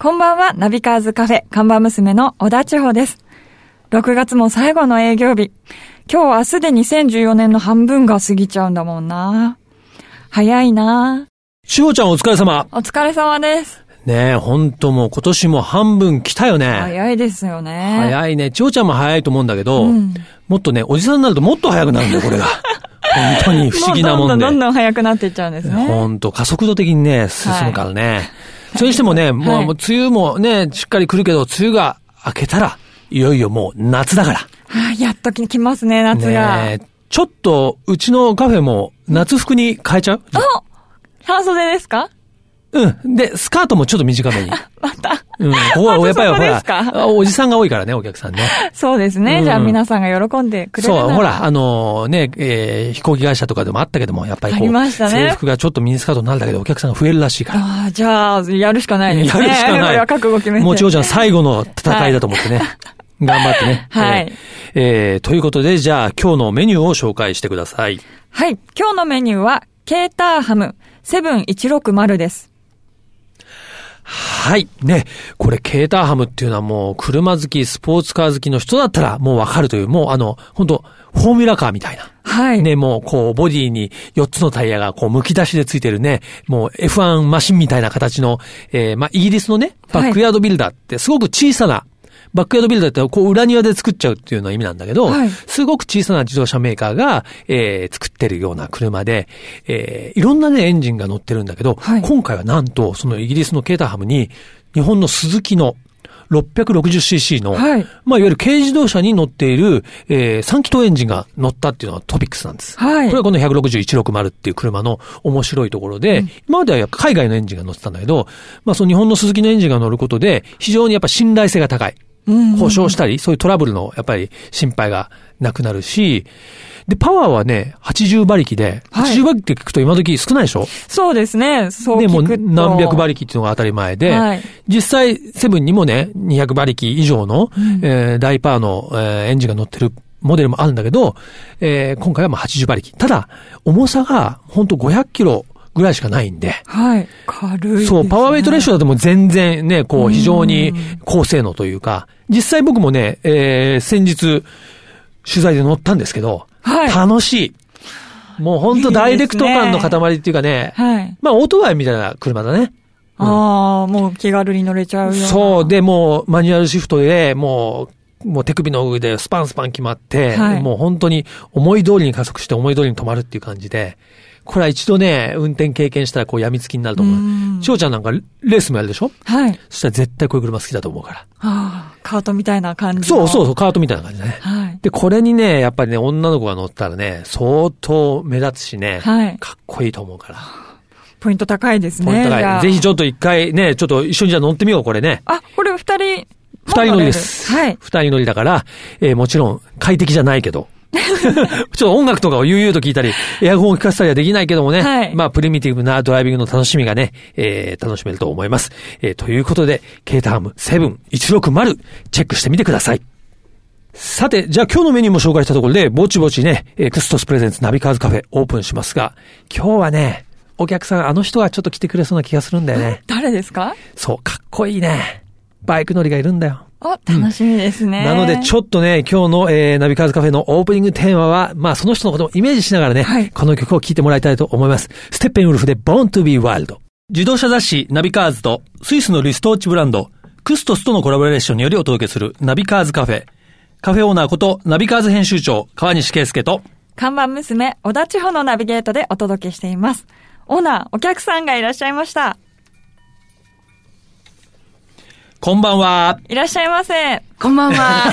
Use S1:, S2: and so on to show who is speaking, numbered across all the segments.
S1: こんばんは、ナビカーズカフェ、看板娘の小田千穂です。6月も最後の営業日。今日明日で2014年の半分が過ぎちゃうんだもんな。早いな。
S2: しほちゃんお疲れ様。
S1: お疲れ様です。
S2: ねえ、ほんともう今年も半分来たよね。
S1: 早いですよね。い。
S2: 早いね。ちほちゃんも早いと思うんだけど、
S1: うん
S2: もっとね、おじさんになるともっと早くなるんだよ、こ れが。本当に不思議なもんで。
S1: どんどんどんどん早くなっていっちゃうんですね。
S2: ほんと、加速度的にね、進むからね。それにしてもね、もう、
S1: はい
S2: もう梅雨もね、しっかり来るけど、梅雨が明けたら、いよいよもう夏だから。
S1: はあ、やっとき来ますね、夏が。
S2: ねえ、ちょっと、うちのカフェも夏服に変えちゃう
S1: お半袖ですか
S2: うん。で、スカートもちょっと短めに。
S1: また。
S2: うん、ここは、
S1: ま
S2: や
S1: ず
S2: っぱり
S1: そ
S2: ほ
S1: こで
S2: ら
S1: すか、
S2: あおじさんが多いからね、お客さんね。
S1: そうですね。
S2: うん
S1: じゃあ皆さんが喜んでくれるな
S2: そう、ほ。ら、あのね、えー飛行機会社とかでもあったけども、やっぱりこ
S1: あ
S2: う、
S1: りましたね
S2: 制服がちょっとミニスカートになるだけでお客さんが増えるらしいから。
S1: ああ、じゃあ、やるしかな
S2: や
S1: い
S2: る
S1: で
S2: し
S1: すね。
S2: か
S1: こ
S2: な。
S1: れはい覚悟決めて。
S2: もうちおちゃん最後の戦いだと思ってね。頑張ってね。
S1: はい
S2: えーえーということで、じゃあ今日のメニューを紹介してください。
S1: はい。今日のメニューは、ケーターハムセブン160です。
S2: はい。ね。これ、ケーターハムっていうのはもう、車好き、スポーツカー好きの人だったらもうわかるという、もうあの、本当フォーミュラカーみたいな。
S1: はい。
S2: ね、もう、こう、ボディに4つのタイヤが、こう、剥き出しでついてるね、もう F1 マシンみたいな形の、えー、まあ、イギリスのね、バックヤードビルダーって、すごく小さな、バックヤードビルダーって、こう、裏庭で作っちゃうっていうのは意味なんだけど、
S1: はい
S2: すごく小さな自動車メーカーが、えー、作ってるような車で、えー、いろんなね、エンジンが乗ってるんだけど、
S1: はい
S2: 今回はなんと、そのイギリスのケーターハムに、日本のスズキの、660cc の、
S1: はい
S2: まあ、いわゆる軽自動車に乗っている、えー、3気筒エンジンが乗ったっていうのがトピックスなんです。
S1: はい
S2: これはこの160160っていう車の面白いところで、今までは海外のエンジンが乗ってたんだけど、まあその日本の鈴木のエンジンが乗ることで、非常にやっぱ信頼性が高い。
S1: うん
S2: 故障したり、そういうトラブルのやっぱり心配がなくなるし、で、パワーはね、80馬力で、
S1: はい
S2: 80馬力って聞くと今時少ないでしょ
S1: そうですね。そう
S2: で、
S1: 聞
S2: もう
S1: くと。
S2: 何百馬
S1: リ。
S2: 力っていうのが当たり前で、
S1: はい
S2: 実際、セブンにもね、200馬力以上の、えー大パーの、えーエンジンが乗ってるモデルもあるんだけど、えー今回はまあ80馬力。ただ、重さが本当500キロぐらいしかないんで、
S1: はい。軽いですね。
S2: そう、パワーウェイトレーションだともう全然ね、こう、非常に高性能というか、実際僕もね、えー先日、取材で乗ったんですけど、
S1: はい
S2: 楽しい。もう本当ダイレクト感
S1: い
S2: の
S1: いですね
S2: 塊っていうかね、
S1: はい。
S2: まあ、オートバイみたいな車だね。
S1: ああ、もう気軽に乗れちゃうような。
S2: そう、で、もう、マニュアルシフトで、もう、もう手首の上でスパンスパン決まって、
S1: はい
S2: もう本当に思い通りに加速して思い通りに止まるっていう感じで、これは一度ね、運転経験したらこう病みつきになると
S1: うん
S2: 思う。翔ちゃんなんかレースもやるでしょ
S1: はい。
S2: そしたら絶対こういう車好きだと思うから。
S1: ああ、カートみたいな感じ
S2: そ
S1: の。
S2: うそうそう、カートみたいな感じだね。
S1: はい。
S2: で、これにね、やっぱりね、女の子が乗ったらね、相当目立つしね、
S1: はい
S2: かっこいいと思うから。
S1: ポイント高いですね。
S2: ポイント
S1: じゃ
S2: が
S1: あ
S2: ぜひちょっと一回ね、ちょっと一緒にじゃあ乗ってみよう、これね。
S1: あ、これ二人。
S2: 二人乗りです。
S1: はい。
S2: 二人乗りだから、えーもちろん快適じゃないけ ど。ちょっと音楽とかを悠々と聞いたり、エアコンを聞かせたりはできないけどもね。
S1: はい
S2: まあ、プリミティブなドライビングの楽しみがね、えー楽しめると思います。えーということで、ケータハム7160、チェックしてみてください。さて、じゃあ今日のメニューも紹介したところで、ぼちぼちね、えークストスプレゼンツナビカーズカフェオープンしますが、今日はね、お客さん、あの人がちょっと来てくれそうな気がするんだよね。
S1: 誰ですか
S2: そう、かっこいいね。バイク乗りがいるんだよ。
S1: あ、楽しみですね。
S2: なので、ち
S1: ょ
S2: ょっとね、今日の、えー、ナビカーズカフェのオープニングテーマは、まあ、その人のことをイメージしながらね、
S1: はい
S2: この曲を聴いてもらいたいと思います。ステッペンウルフで Born to be Wild。自動車雑誌ナビカーズとスイスのリストウォッチブランド、クストスとのコラボレーションによりお届けするナビカーズカフェ。カフェオーナーことナビカーズ編集長、川西圭介と、
S1: 看板娘、小田地方のナビゲートでお届けしています。オーナー、お客さんがいらっしゃいました。
S2: こんばんは。
S1: いらっしゃいませ。
S3: こんばんは。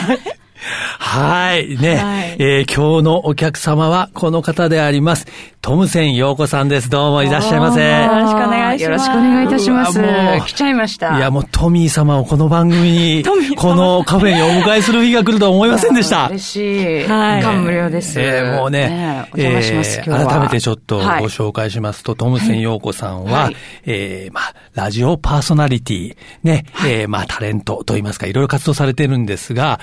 S2: はい、ね。
S1: はい
S2: えー今日のお客様はこの方であります。トムセン陽子さんです。どうもいらっしゃいませ。
S1: よろしくお願いします
S3: よろしくお願いいたします
S2: うわも。う
S3: 来ちゃいました。
S2: いや、もうトミー様をこの番組 に
S1: トミー、様
S2: このカフェにお迎えする日が来るとは思いません でした。
S3: 嬉しい。
S1: はい
S3: 感無量です。
S2: えーもうね
S3: え、お邪魔します、
S2: えー
S3: 今日は。
S2: 改めてちょっとご
S3: はい
S2: 紹介しますと、トムセン陽子さんは、
S3: はい
S2: えーまあ、ラジオパーソナリティ、ね、えーまあ、タレントといいますか、いろいろ活動されてるんですが、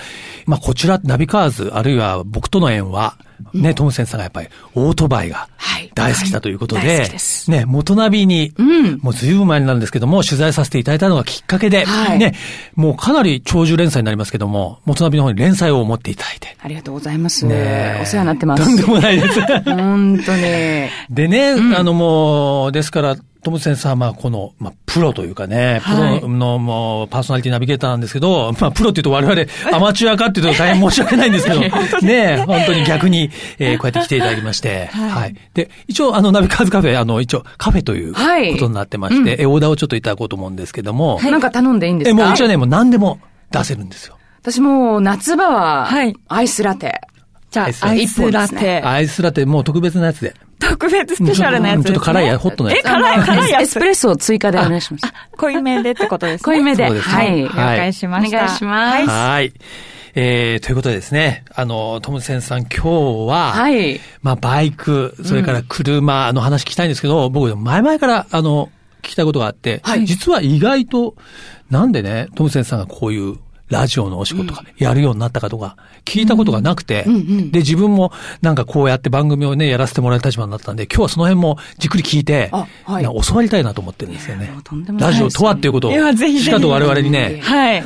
S2: まあ、こちら、ナビカーズ、あるいは僕との縁は、ね、トムセンさんがやっぱりオートバイが
S3: はい
S2: 大好きだということで、
S3: 大好きです
S2: ね、元ナビに、
S3: うん
S2: もうずいぶん前になるんですけども、取材させていただいたのがきっかけで、
S3: はい
S2: ね、もうかなり長寿連載になりますけども、元ナビの方に連載を持っていただいて。
S3: ありがとうございます。
S2: ね
S3: お世話になってます。
S2: とんでもない です。
S3: 本当に。
S2: でね、あのもう、ですから、トムセンさんはまあこの、まあ、プロというかね、プ
S3: はい
S2: ロのもうパーソナリティナビゲーターなんですけど、まあプロって言うと我々アマチュアかっていうと大変申し訳ないん ですけど、ねえ、本当に逆に、えーこうやって来ていただきまして、はい、で、一応あのナビカーズカフェ、あの一応カフェというこ
S3: はい
S2: とになってまして、えオーダーをちょっといただこうと思うんですけども、
S3: なんか頼んでいいんです
S2: え、
S3: か
S2: もううちはね、もう何でも出せるんですよ。
S3: 私もう夏場は
S1: はい、
S3: アイスラテ。
S1: じゃ
S2: アイス
S1: あ、アイスラ
S3: 一本です
S1: テ。
S2: アイスラテもう特別なやつで。
S1: 特別スペシャルなやつです、ね。
S2: ちょっと辛いや、ホットなや
S1: え、辛い、辛いや
S3: エ
S1: つ。
S3: スプレッソを追加でお願いします。
S1: 濃いめでってことですね。
S3: 濃いめで。
S2: そうですね
S3: はい。
S2: は
S3: 了
S1: 了解しました。
S3: お願いします
S1: はい
S2: はい。えー、ということでですね、あの、トムセンさん今日は、
S3: はい。
S2: まあ、バイク、それから車の話聞きたいんですけど、僕、前々から、あの、聞きたいことがあって、
S3: はい
S2: 実は意外と、なんでね、トムセンさんがこういう、ラジオのお仕事とかやるようになったかとか、聞いたことがなくて、で、自分もなんかこうやって番組をね、やらせてもらう立場になったんで、今日はその辺もじっくり聞いて、
S3: あはい
S2: なんか教わりたいなと思ってるんですよ
S3: いや
S2: ね
S3: もうとんで。もない
S2: ラ
S3: で
S2: ジ
S3: す
S2: オとはっていうことを、
S1: いやぜひぜひ
S2: しかと我々にね、。
S1: はい。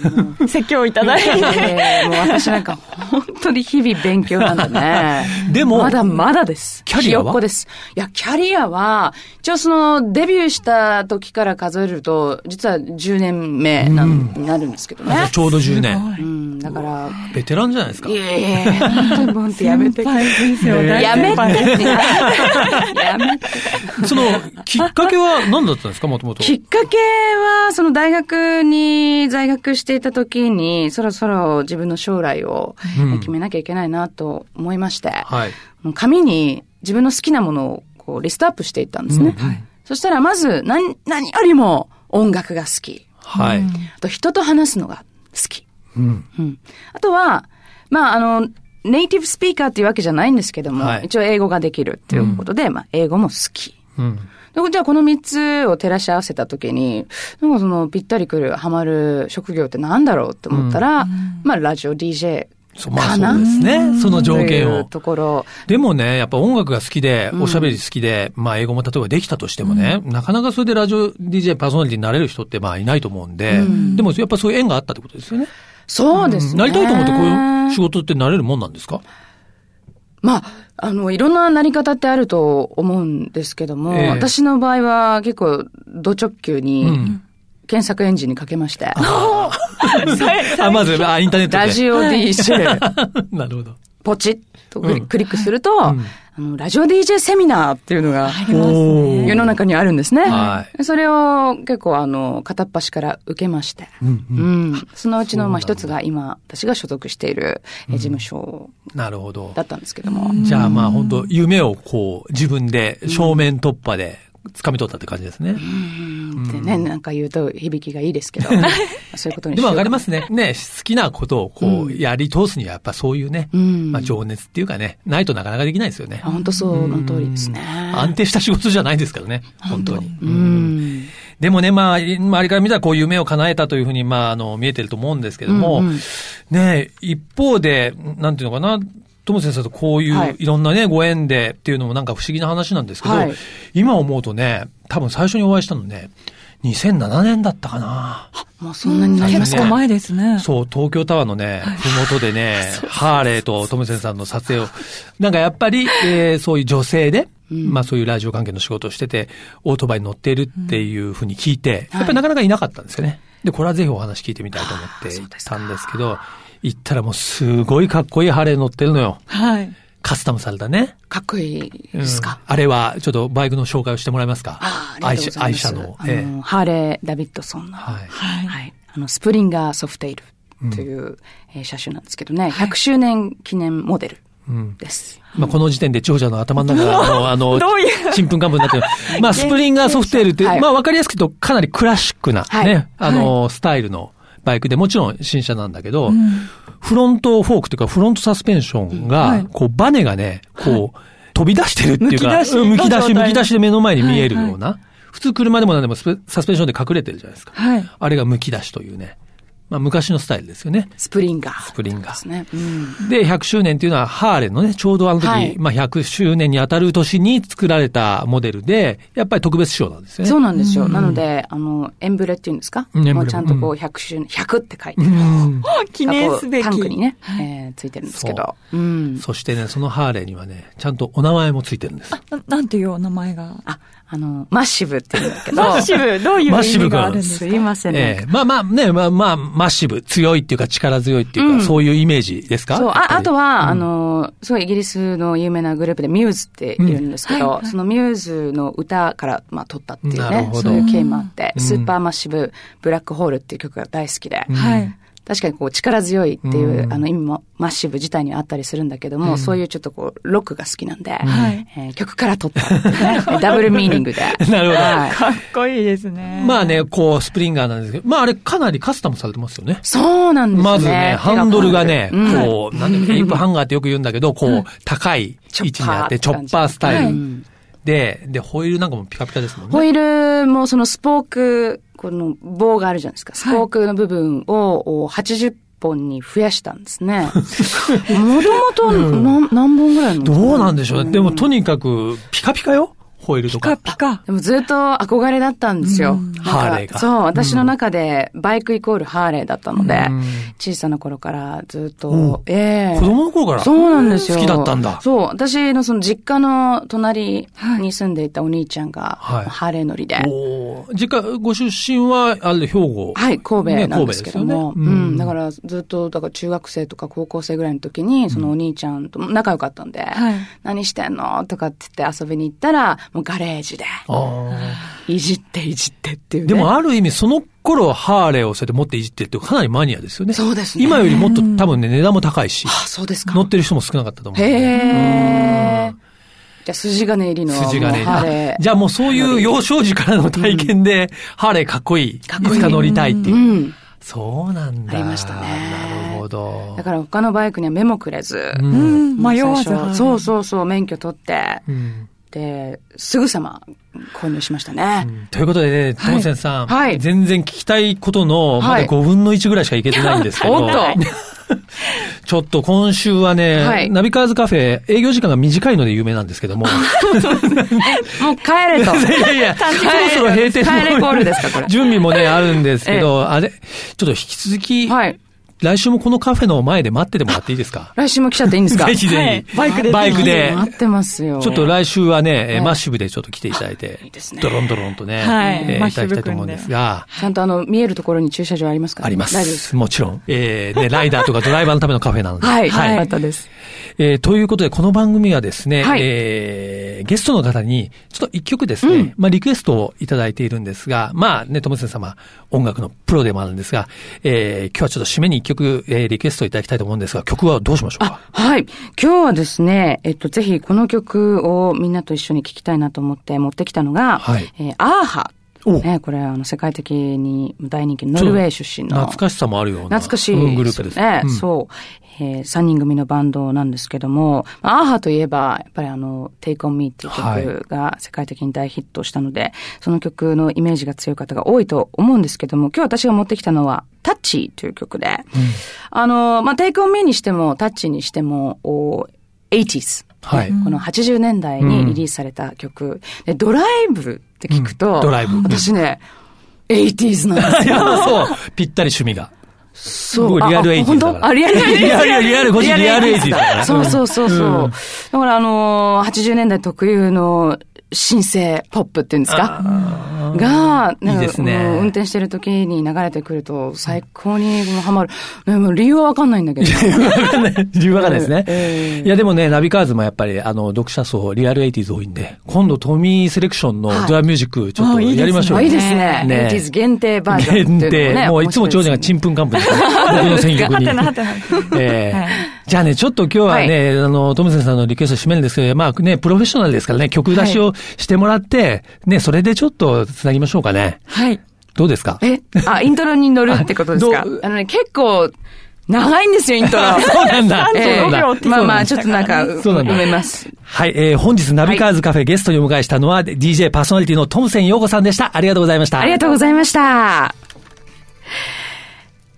S1: 説教いただいて。
S3: えーもう私なんか本当に日々勉強なんだね
S2: でも
S3: まだまだです。
S2: キャリアは
S3: ひよっこです。いや、キャリアは、一応その、デビューした時から数えると、実は10年目なん、になるんですけどね。
S2: ちょうど10年。
S3: うん、だから、
S2: ベテランじゃないですか
S3: い。やいやいや、本当に本当にやめて。
S1: 大ですよ、大
S3: や
S1: 先
S3: め
S1: 輩
S3: てって。 やめて。
S2: その、きっかけは何だったんですか、もともと。
S3: きっかけは、その大学に在学していた時に、そろそろ自分の将来を
S2: うん
S3: 決めなきゃいけないなと思いまして、
S2: はい。
S3: もう紙に自分の好きなものをこうリストアップしていったんですね。
S2: うんはい
S3: そしたらまず何、何よりも音楽が好き。
S2: はい。
S3: あと人と話すのが好き。
S2: うん。
S3: うん。あとは、まあ、あの、ネイティブスピーカーっていうわけじゃないんですけども、
S2: はい
S3: 一応英語ができるっていうことで、まあ、英語も好き。
S2: うん。
S3: でじゃあこの三つを照らし合わせたときに、なんかそのぴったりくる、ハマる職業ってなんだろうって思ったら、まあラジオ DJ
S2: そまあ
S3: か
S2: そう
S3: な
S2: で。すね。その条件
S3: という
S2: を。
S3: ところ。
S2: でもね、やっぱ音楽が好きで、おしゃべり好きで、まあ英語も例えばできたとしてもね、なかなかそれでラジオ DJ パーソナリティになれる人ってまあいないと思うんで、でもやっぱそういう縁があったってことですよね。
S3: そうですね。
S2: なりたいと思ってこういう仕事ってなれるもんなんですか
S3: まあ、あの、いろんななり方ってあると思うんですけども、
S2: ええ
S3: 私の場合は結構、ド直球
S2: う
S3: に
S2: ん、
S3: 検索エンジンにかけまして、
S2: あ、まず、あ、インターネットで。
S3: ラジオ DJ、
S2: オ。 なるほど。
S3: ポチッとクリ,、
S2: うん
S3: クリックすると、あの、ラジオ DJ セミナーっていうのが、
S2: おー
S3: 世の中にあるんですね。
S2: は
S3: それを結構あの、片っ端から受けまして。
S2: うんうん
S3: うんそのうちのまあ一つが今、私が所属しているえ事務所
S2: なるほど
S3: だ。ったんですけども。
S2: じゃあまあ本当夢をこう自分で正面突破で掴み取ったって感じですね。
S3: ってね、なんか言うと響きがいいですけど、 そういうことに
S2: でも
S3: よう。
S2: わかりますすね。ね、好きなことをこうやり通すにはやっぱそういうね、
S3: うん
S2: まあ情熱っていうかね、ないとなかなかできないですよね
S3: あ。本当そうの通りですね。
S2: 安定した仕事じゃないですからね、本当に。う
S3: う
S2: ん
S3: ん。
S2: でもね、まあ、周りから見たらこう夢を叶えたというふうに、まあ、あの、見えてると思うんですけども、
S3: うんうん
S2: ねえ一方で、なんていうのかな、トム先生とこうい
S3: は
S2: う
S3: い
S2: いろんなね、ご縁でっていうのもなんか不思議な話なんですけど、
S3: はい
S2: 今思うとね、多分最初にお会いしたのね、2007年だったかな。
S3: もうそんなになります
S1: 結構前ですね。
S2: そう、東京タワーのね、ふもとで ね、ハーレーとトムセンさんの撮影を、なんかやっぱり、えーそういう女性で、まあそういうラジオ関係の仕事をしてて、オートバイに乗っているっていうふうに聞いて、やっぱりなかなかいなかったんですよね。で、これはぜひお話聞いてみたいと思って行ったんですけど、行ったらもうすごいかっこいいハーレー乗ってるのよ。
S1: はい。
S2: カスタムされたね。
S3: かっこいい
S2: うん
S3: ですか。
S2: あれは、ちょっとバイクの紹介をしてもらえますか
S3: ああ、ありがとうございます。
S2: 愛車愛車の。
S3: あ
S2: え
S3: の、ハーレー・ダビッドソンの。
S2: えはい。
S1: はい。
S3: はい。あの、スプリンガーソフテイルという、えー車種なんですけどね、100周年記念モデル
S2: うん
S3: です。
S2: まあ、この時点で長者の頭の中 が、あの、あの
S1: どういう
S2: ちんぷんかんぷんにな ってる。まあ、スプリンガーソフテールって、
S3: はい
S2: まあ、わかりやすく言うとかなりクラシックな、
S3: はい
S2: ね、あの、スタイルのバイクで、もちろん新車なんだけど、
S1: ん
S2: フロントフォークというか、フロントサスペンションが、
S1: はい
S2: こう、バネがね、こう、飛び出してるっていうか、
S1: むき出し
S2: うんむき出
S1: の
S2: し、
S1: 状態
S2: むき出しで目の前に見えるような、普通車でも何でもスペサスペンションで隠れてるじゃないですか。
S1: はい。
S2: あれがむき出しというね。まあ、昔のスタイルですよね。
S3: スプリンガー。
S2: スプリンガー
S3: ですね。うん。
S2: で、100周年っていうのはハーレーのね、ちょうどあの時、
S3: はい
S2: まあ100周年に当たる年に作られたモデルで、やっぱり特別賞なんですよね。
S3: そうなんですよ。なので、あの、エンブレっていうんですか
S2: うんエンブレ
S3: もうちゃんとこう、
S2: うん
S3: 100周年、100って書いて
S2: う
S3: る。
S2: ん。
S1: 記念すべき。
S3: タンクにね、えーついてるんですけど。うん。
S2: そしてね、そのハーレーにはね、ちゃんとお名前もついてるんです。
S1: な。なんていうお名前が。
S3: あ、あの、マッシブって言うんだけど。
S1: マッシブ、どういう意
S2: マッシブ
S1: 味
S2: 君
S1: があるんです
S3: す
S1: か
S3: いません。なん
S2: え
S3: か
S2: えまあまあね、まあまあ、マッシブ、強いっていうか力強いっていうか、
S3: うん
S2: そういうイメージですか
S3: そう、
S2: やっぱ
S3: あ、
S2: り
S3: あとは、
S2: うん
S3: あの、すごいイギリスの有名なグループでミューズっているんですけ
S1: うん
S3: ど、
S1: はいはい
S3: そのミューズの歌から、まあ、取ったっていう
S2: なる
S3: ね
S2: ほ、ど
S3: そういう経緯もあって、
S2: うん
S3: スーパーマッシブ、ブラックホールっていう曲が大好きで、
S2: うん
S1: はい。
S3: 確かにこう力強いっていう、
S2: うん
S3: あの意味もマッシブ自体にはあったりするんだけども、そういうちょっとこう、ロックが好きなんで、
S1: はい。
S3: えー曲から取ったっていう ね、ダブルミーニングで。
S2: なるほど
S3: はい
S1: かっこいいですね。
S2: まあね、こう、スプリンガーなんですけど、まああれかなりカスタムされてますよね。
S3: そうなんですね。
S2: まずね、ハンドルがね、
S3: 手が込んでる
S2: こう、なんでも エイプハンガーってよく言うんだけど、こう、高い位置にあって、チ
S3: チ
S2: ョ
S3: ョ
S2: ッ
S3: ッ
S2: パ
S3: パ
S2: ー
S3: ー
S2: スタ
S1: は
S2: イ
S1: い
S2: ルで、で、ホイールなんかもピカピカですもん
S3: ホ
S2: ね。
S3: イールもそのスポーク、この棒があるじゃないですか。スポークの部分をお80本に増やしたんで すね。もともと何何本ぐらいの
S2: どうなんでしょうね。でも、と
S3: に
S2: にかく、ピカピカよ、ホイールと
S1: ピカ
S2: か。
S1: ピカ。
S3: でもずっと憧れだったんですよ。
S1: うん
S3: なんか
S2: ハーレーが
S3: そう、私の中でバイクイコールハーレーだったので
S2: うん、
S3: 小さな頃からずっ
S2: うん
S3: と、ええ
S2: 子供の頃から。
S3: そうなんですよ。
S2: 好きだったんだ
S3: そう。私のその実家の隣に住んでいたお兄ちゃんが、
S2: はい
S3: ハーレー乗りで、
S2: おー実家、ご出身は、あれ、兵庫。
S3: はい、神戸なんですけども。
S2: ね神戸ですよね
S3: うん、
S2: うん
S3: だからずっと、だから中学生とか高校生ぐらいの時に、そのお兄ちゃんと仲良かったんで、
S1: はい。
S3: 何してんのとかって言って遊びに行ったら、もうガレージで、
S2: あ
S3: いじっていじってっていう、
S2: ー
S3: ね。
S2: でも、ある意味、その頃、ハーレーをそうやって持っていじってるって、かなりマニアですよね。
S3: そうですね。
S2: 今よりもっと
S1: うん
S2: 多分ね、値段も高いし、
S3: あ、そうですか。
S2: 乗ってる人も少なかったと思う
S3: へ
S2: んで。
S3: え。
S2: うん
S3: じゃあ、筋金入りの、
S2: 筋がね
S3: もうハレ
S2: あじゃあもうそういう幼少時からの体験で、ハーレーかっこいい。い
S3: かっこいい
S2: つか乗りたいって
S3: ー。
S2: いうう。
S3: ん。
S2: そうなんだ。
S3: ありましたね
S2: なるほど。
S3: だから他のバイクには目もくれず、
S2: う。
S1: うんん、迷わず
S3: 最初。そうそうそう、免許取って、
S2: うん
S3: で、すぐさま購入しましたね。
S2: ということでね、と
S1: はい
S2: もせんさん、
S3: はい
S2: 全然聞きたいことの、ま
S3: は
S2: だ
S3: い
S2: 5分の1ぐらいしかいけてないんですけど、
S3: おっと
S2: ちょっと今週はね、
S3: はい
S2: ナビカーズカフェ、営業時間が短いので有名なんですけ ども、
S3: もう帰れと。
S2: いやいや、そろそろ閉店の
S3: 帰れコールですかこれ
S2: 準備もね、あるんですけど、あれ、ちょっと引き続き、
S3: はい。
S2: 来週もこのカフェの前で待っててもらっていいですか
S3: 来週も来ちゃっていいん ですか
S2: ぜひぜひ。
S1: はいバイクで
S2: バイクで。
S3: 待ってますよ。
S2: ちょっと来週はね、えー
S3: はい
S2: マッシブでちょっと来ていただいて
S3: いいです、ね
S2: ドロンドロンとね、
S1: はい
S2: えー
S1: マ
S2: い
S1: ッシ
S2: ただ
S1: ブ
S2: きたいと思うんですが、
S3: ちゃんとあの、見えるところに駐車場ありますか
S2: ありま
S3: 大丈夫です
S2: す。もちろん。えー、ね、ライダーとかドライバーのためのカフェなので。
S3: か。はい。
S1: はい
S3: よかったです。
S2: えーということで、この番組はですね、
S3: はい
S2: えーゲストの方に、ちょっと一曲ですね、
S3: うん
S2: まあ、リクエストをいただいているんですが、まあ、ね、ともせん様、音楽のプロでもあるんですが、えー今日はちょっと締めに一曲、えーリクエストいただきたいと思うんですが、曲はどうしましょうか
S3: あ、はい。今日はですね、えっと、ぜひこの曲をみんなと一緒に聴きたいなと思って持ってきたのが、
S2: はい
S3: えーアーハ。
S2: お
S3: ね、これ、あの、世界的に大人気のノルウェー出身の。
S2: 懐かしさもあるような。
S3: 懐かしい。
S2: うんグループです
S3: ね。
S2: うん
S3: そう。えー、3人組のバンドなんですけども、まあアーハといえば、やっぱりあの、Take on Me っていう曲が世界的に大ヒットしたので、その曲のイメージが強い方が多いと思うんですけども、今日私が持ってきたのは、タッチという曲で、あの、まあ、Take on Me にしても、タッチにしても、お 80s。
S2: はい
S3: この80年代にリリースされた曲。で、ドライブって聞くと、
S2: うんドライブ
S3: 私ね、80s なんです
S2: い
S3: よ。
S2: やそう、ぴったり趣味が。
S3: そう。
S2: 僕リアル
S3: あ
S2: エイジ
S3: 本
S2: だから
S3: 当あ、リアルエイジ
S2: リアルリアルこっちリアルエイジだ
S3: だ
S2: から
S3: そうそうそうそう。
S2: うん
S3: だからあのー、80年代特有の新生ポップっていうんですかが、
S2: いいですね
S3: もう運転してる時に流れてくると最高にもうハマる。ねもう理由はわかんないんだけど。
S2: わかんない。理由わかんないですね。
S3: ええ
S2: いやでもね、ナビカーズもやっぱり、あの、読者層、リアルエイティーズ多いんで、今度トミーセレクションの
S3: はい
S2: ドラミュージック、ちょっ
S1: あ
S2: と
S1: いいですね
S2: やりましょう
S3: あ
S2: よ
S3: いいですね。
S2: ね
S3: 80s 限定バージョンってい
S2: 限
S3: うのもね。
S2: 定。もういつも長女がちんぷんかんぷんですね。僕の戦力
S1: は
S2: に
S1: て。なはてな。
S2: え
S1: はい
S2: ーじゃあね、ちょっと今日はね、あの、トムセンさんのリクエスト締めるんですけど、まあね、プロフェッショナルですからね、曲出しをしてもらって、ね、それでちょっと繋ぎましょうかね。
S1: はい。
S2: どうですか
S3: え、あ、イントロに乗るってことです
S2: あ
S3: か
S2: どう
S3: あのね、結構、長いんですよ、イ ントロ。
S2: そうなんだ。
S1: え
S2: そうなんだ
S1: 35秒って
S3: まあまあ、ちょっとなんか、
S2: そうなんだ
S3: 埋めます。
S2: はい、えー、本日ナビカーズカフェゲストにお迎えしたのは、DJ パーソナリティのトムセン陽子さんでした。ありがとうございました。
S3: ありがとうございました。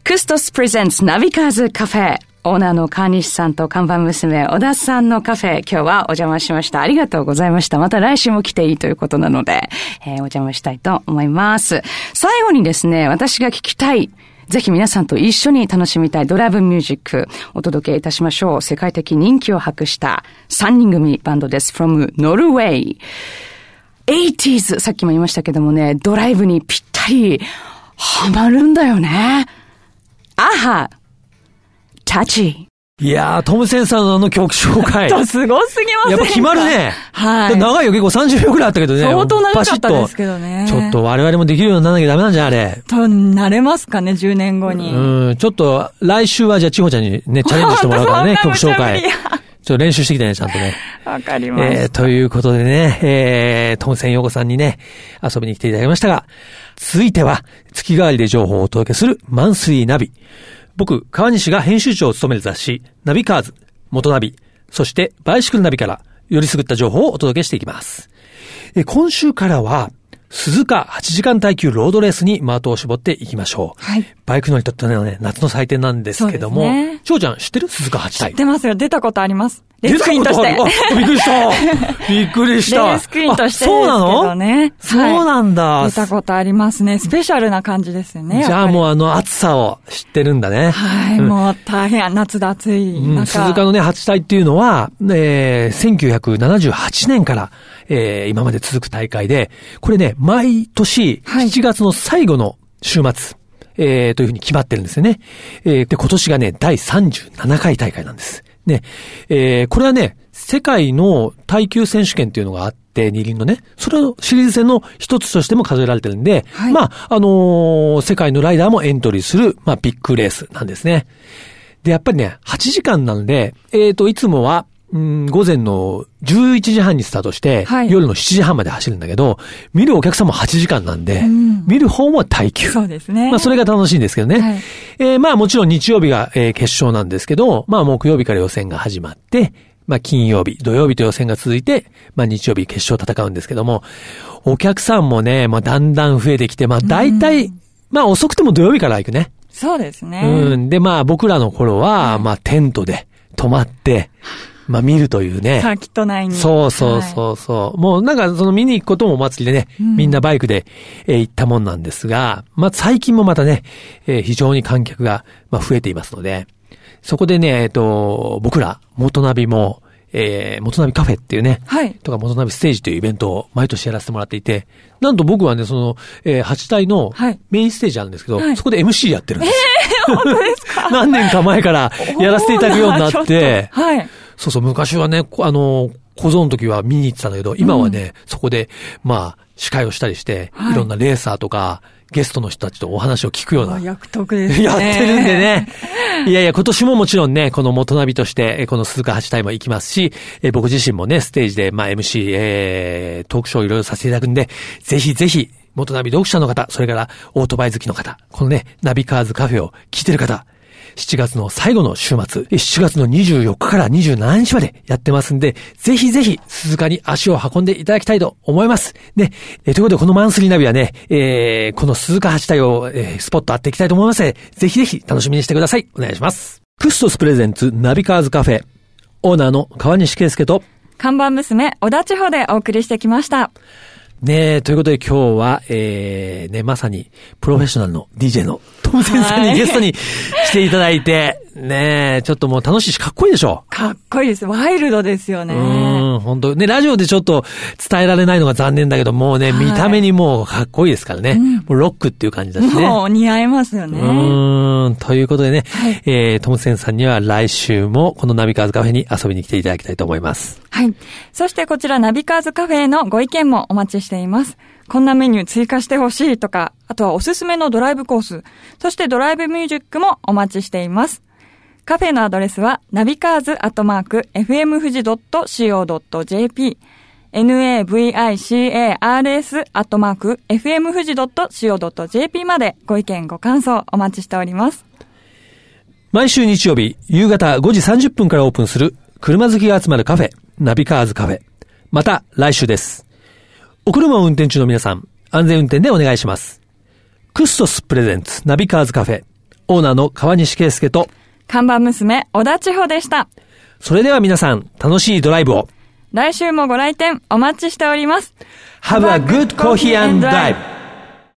S3: クストスプレゼンツナビカーズカフェ。オーナーの川西さんと看板娘、小田さんのカフェ、今日はお邪魔しました。ありがとうございました。また来週も来ていいということなので、えーお邪魔したいと思います。最後にですね、私が聞きたい、ぜひ皆さんと一緒に楽しみたいドライブミュージック、お届けいたしましょう。世界的人気を博した3人組バンドです。from ノルウェイ。80s、さっきも言いましたけどもね、ドライブにぴったり、ハマるんだよね。アハタチ。
S2: いやー、トムセンさんのあの曲紹介。
S1: とすごすぎませんか
S2: やっぱ決まる。ね。
S1: はい
S2: 長いよ、結構30秒くらいあったけどね。
S1: 相当長か
S2: バシ
S1: っ
S2: ッ
S1: た
S2: と
S1: ですけどね。
S2: ちょっと。我々もできるようにならなきゃダメなんじゃん、あれ。
S1: と、慣れますかね、10年後に。
S2: うん、ちょっと、来週はじゃあ、千穂ちゃんにね、チャレンジしてもらうからね、
S1: 本当
S2: 曲
S1: そ
S2: 紹
S1: んな無
S2: 介。
S1: 茶ぶ
S2: ち
S1: り
S2: ょ
S1: や
S2: っと練習してきたね、ちゃんとね。
S1: わかりま
S2: えー
S1: す。
S2: ということでね、えー、トムセンヨコさんにね、遊びに来ていただきましたが、続いては、月替わりで情報をお届けするマンスリーナビ。僕、川西が編集長を務める雑誌、ナビカーズ、元ナビ、そしてバイシクルナビから、よりすぐった情報をお届けしていきます。えー今週からは、鈴鹿8時間耐久ロードレースに的を絞っていきましょう。
S1: はい
S2: バイクの人ってね、夏の祭典なんですけども、
S1: そうですね
S2: 長ちゃん知ってる鈴鹿8
S1: 知
S2: 体
S1: ってますよ。出たことあります。レースクイーンとして。
S2: あびっく りした。びっくりした。
S1: レースクイーンとして
S2: あそうな
S1: ですけ
S2: の
S1: どね
S2: そう
S1: はい
S2: なんだ。
S1: 出たことありますね。スペシャルな感じですよね。
S2: じゃあもう
S1: う。
S2: あの暑さを知ってるんだね。
S1: はい、
S2: うん
S1: もう大変、夏で暑い
S2: うん
S1: 中。
S2: 鈴鹿のね、八体っていうのは、えー、1978年から、えー、今まで続く大会で、これね、毎年、
S1: はい
S2: 7月の最後の週末、えー、というふうに決まってるんですよね。えー、で、今年がね、第37回大会なんです。ね、えー、これはね、世界の耐久選手権っていうのがあって、二輪のね、それをシリーズ戦の一つとしても数えられてるんで、
S1: はい
S2: まあ、あのー世界のライダーもエントリーする、まあ、ビッグレースなんですね。で、やっぱりね、8時間なんで、えっ、と、いつもは、うん午前の11時半にスタートして、
S1: はい
S2: 夜の7時半まで走るんだけど、見るお客さんも8時間なんで、
S1: うん
S2: 見る方も耐久。
S1: そうですね。
S2: まあ、それが楽しいんですけどね。
S1: はい
S2: えーまあ、もちろん日曜日が、えー決勝なんですけど、まあ、木曜日から予選が始まって、まあ、金曜日、土曜日と予選が続いて、まあ、日曜日決勝戦うんですけども、お客さんもね、まあ、だんだん増えてきて、まあ、大体、まあ、遅くても土曜日から行くね。
S1: そうですね。
S2: うん。で、まあ僕らの頃は、まあテントで泊まって、まあ見るというね。
S1: サーキット内に。
S2: そうそうそうそう。もうなんかその見に行くこともお祭りでね、
S1: うん
S2: みんなバイクで、えー行ったもんなんですが、まあ最近もまたね、えー非常に観客が、まあ、増えていますので、そこでね、えっ、と、僕ら、元ナビも、えー、元ナビカフェっていうね、
S1: はい。はい。
S2: とか、元ナビステージというイベントを毎年やらせてもらっていて、なんと僕はね、その、えー、8体の
S1: はい
S2: メインステージあるんですけど、
S1: はい
S2: そこで MC やってるんです。 何年か前からやらせていただくようにな
S1: ちょ
S2: っ
S1: と
S2: て、
S1: はい。そ
S2: そうそう、昔はね、こあの、小僧の時は見に行ってたんだけど、今はね、そこで、まあ、司会をしたりして、
S1: はい
S2: いろんなレーサーとか、ゲストの人たちとお話を聞くような
S1: う。役得ですね。
S2: やってるんで。 ね。いやいや、今年ももちろんね、この元ナビとして、えこの鈴鹿八体も行きますし、え僕自身もね、ステージで、まあ MC、えー、トークショーいろいろさせていただくんで、ぜひぜひ、元ナビ読者の方、それからオートバイ好きの方、このね、ナビカーズカフェを聞いてる方、7月の最後の週末、え7月の24日から27日までやってますんで、ぜひぜひ鈴鹿に足を運んでいただきたいと思います。ね。えーということで、このマンスリーナビはね、えーこの鈴鹿八体を、えースポット当っていきたいと思いますので、ぜひぜひ楽しみにしてください。お願いします。クストスプレゼンツナビカーズカフェ、オーナーの川西圭介と、
S1: 看板娘、小田地方でお送りしてきました。
S2: ねえ、ということで今日は、えー、ね、まさに、プロフェッショナルの DJ のトムセンさん
S1: は
S2: に
S1: い
S2: ゲストに来ていただいて、ねえ、ちょっともう楽しいし、かっこいいでしょ。
S1: かっこいいです。ワイルドですよ
S2: う
S1: ね。
S2: ーん、本当ね、ラジオでちょっと伝えられないのが残念だけど、もうね、
S1: はい
S2: 見た目にもうかっこいいですからね。
S1: うん
S2: もうロックっていう感じだしね。
S1: もう似合いますよね。
S2: うーん、ということでね、
S1: はい
S2: えー、トムセンさんには来週もこのナビカーズカフェに遊びに来ていただきたいと思います。
S1: はい。そしてこちらナビカーズカフェへのご意見もお待ちしています。こんなメニュー追加してほしいとか、あとはおすすめのドライブコース、そしてドライブミュージックもお待ちしています。カフェのアドレスは、ナビカーズアットマーク、fmfuji.co.jp、navicars アットマーク、fmfuji.co.jp までご意見ご感想お待ちしております。
S2: 毎週日曜日、夕方5時30分からオープンする、車好きが集まるカフェ、ナビカーズカフェ。また来週です。お車を運転中の皆さん、安全運転でお願いします。クストスプレゼンツナビカーズカフェ。オーナーの川西圭介と、
S1: 看板娘、小田千穂でした。
S2: それでは皆さん、楽しいドライブを。
S1: 来週もご来店お待ちしております。
S2: Have a good coffee and drive!